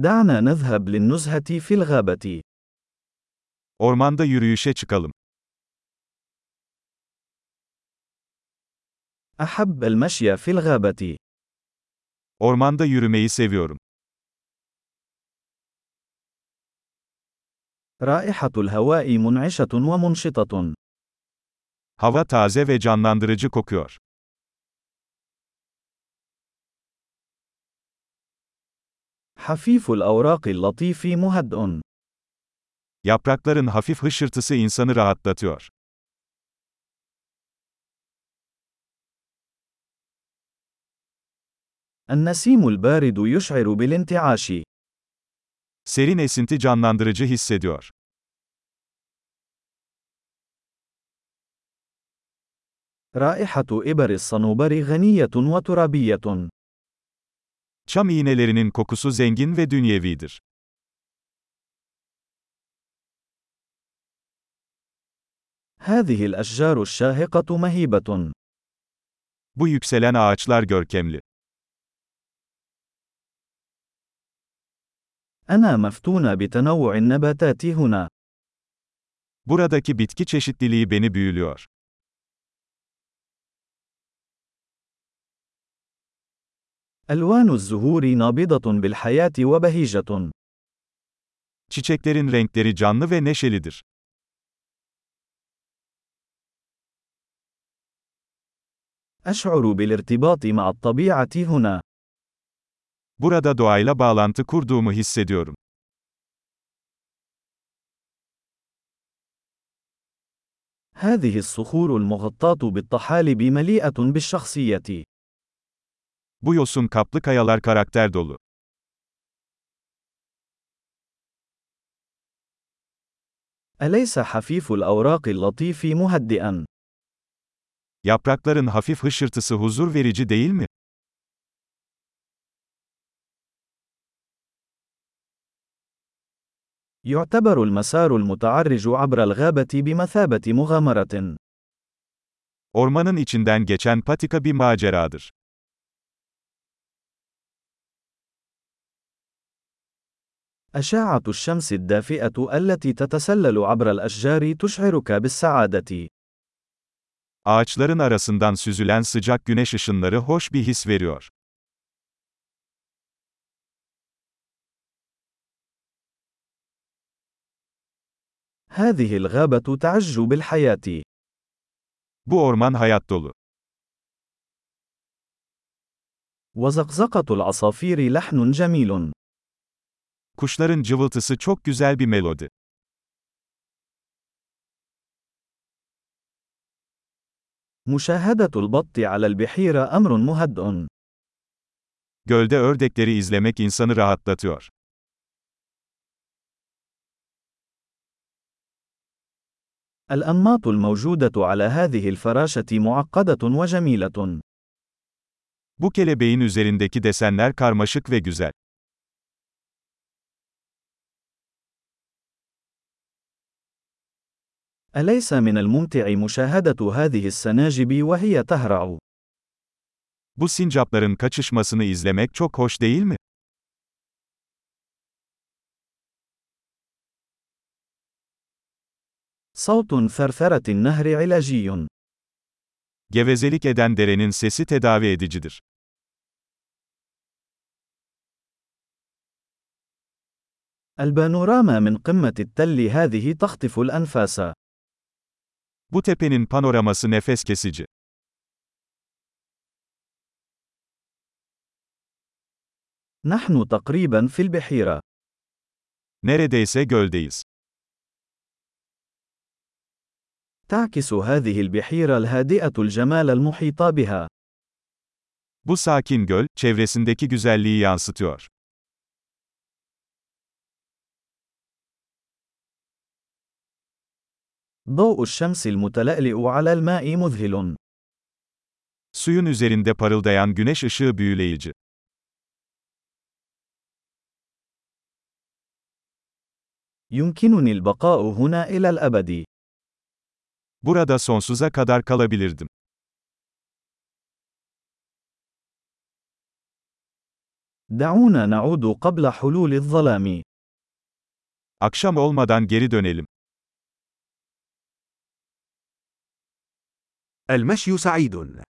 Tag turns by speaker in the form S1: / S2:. S1: دعنا نذهب للنزهة في الغابة.
S2: Ormanda yürüyüşe çıkalım.
S1: أحب المشي في الغابة.
S2: Ormanda yürümeyi seviyorum.
S1: رائحة الهواء منعشة ومنشطة.
S2: Hava taze ve canlandırıcı kokuyor.
S1: حفيف الأوراق اللطيف مهدئ.
S2: Yaprakların hafif hışırtısı insanı rahatlatıyor.
S1: النسيم البارد يشعر بالانتعاش.
S2: Serin esinti canlandırıcı hissediyor.
S1: رائحة إبر الصنوبر غنية وترابية.
S2: Çam iğnelerinin kokusu zengin ve dünyevidir.
S1: هذه الأشجار الشاهقة مهيبة.
S2: Bu yükselen ağaçlar görkemli.
S1: أنا مفتون بتنوع النباتات هنا.
S2: Buradaki bitki çeşitliliği beni büyülüyor.
S1: ألوان الزهور نابضة بالحياة وبهيجة.
S2: Çiçeklerin renkleri canlı ve neşelidir.
S1: أشعر بالارتباط مع الطبيعة هنا.
S2: Burada doğayla bağlantı kurduğumu hissediyorum.
S1: هذه الصخور المغطاة بالطحالب مليئة بالشخصية.
S2: Bu yosun kaplı kayalar karakter dolu.
S1: أليس حفيف الأوراق اللطيف مهدئًا؟
S2: Yaprakların hafif hışırtısı huzur verici değil mi?
S1: يعتبر المسار المتعرج عبر الغابة بمثابة مغامرة.
S2: Ormanın içinden geçen patika bir maceradır.
S1: أشعة الشمس الدافئة التي تتسلل عبر الأشجار تشعرك بالسعادة.
S2: Ağaçların arasından süzülen sıcak güneş ışınları hoş bir his veriyor.
S1: هذه الغابة تعج بالحياة.
S2: Bu orman hayat dolu.
S1: وزقزقة العصافير لحن جميل.
S2: Kuşların cıvıltısı çok güzel bir melodi.
S1: مشاهدة البط على البحيرة أمر مهدئ.
S2: Gölde ördekleri izlemek insanı rahatlatıyor.
S1: الأنماط الموجودة على هذه الفراشة معقدة وجميلة.
S2: Bu kelebeğin üzerindeki desenler karmaşık ve güzel.
S1: أليس من الممتع مشاهدة هذه السناجب وهي تهرع؟
S2: Bu sincapların kaçışmasını izlemek çok hoş değil mi?
S1: صوت ثرثرة النهر علاجي.
S2: Gevezelik eden derenin sesi tedavi edicidir.
S1: البانوراما من قمة التل هذه تخطف الأنفاس.
S2: Bu tepenin panoraması nefes kesici.
S1: نحن تقريبا في البحيرة.
S2: Neredeyse göldeyiz.
S1: تعكس هذه البحيرة الهادئة الجمال المحيط بها.
S2: Bu sakin göl, çevresindeki güzelliği yansıtıyor.
S1: ضوء الشمس المتلألئ على الماء مذهل.
S2: Suyun üzerinde parıldayan güneş ışığı büyüleyici.
S1: يمكنني البقاء هنا إلى الأبد.
S2: Burada sonsuza kadar kalabilirdim.
S1: دعونا نعود قبل حلول الظلام.
S2: Akşam olmadan geri dönelim.
S3: المشي سعيد.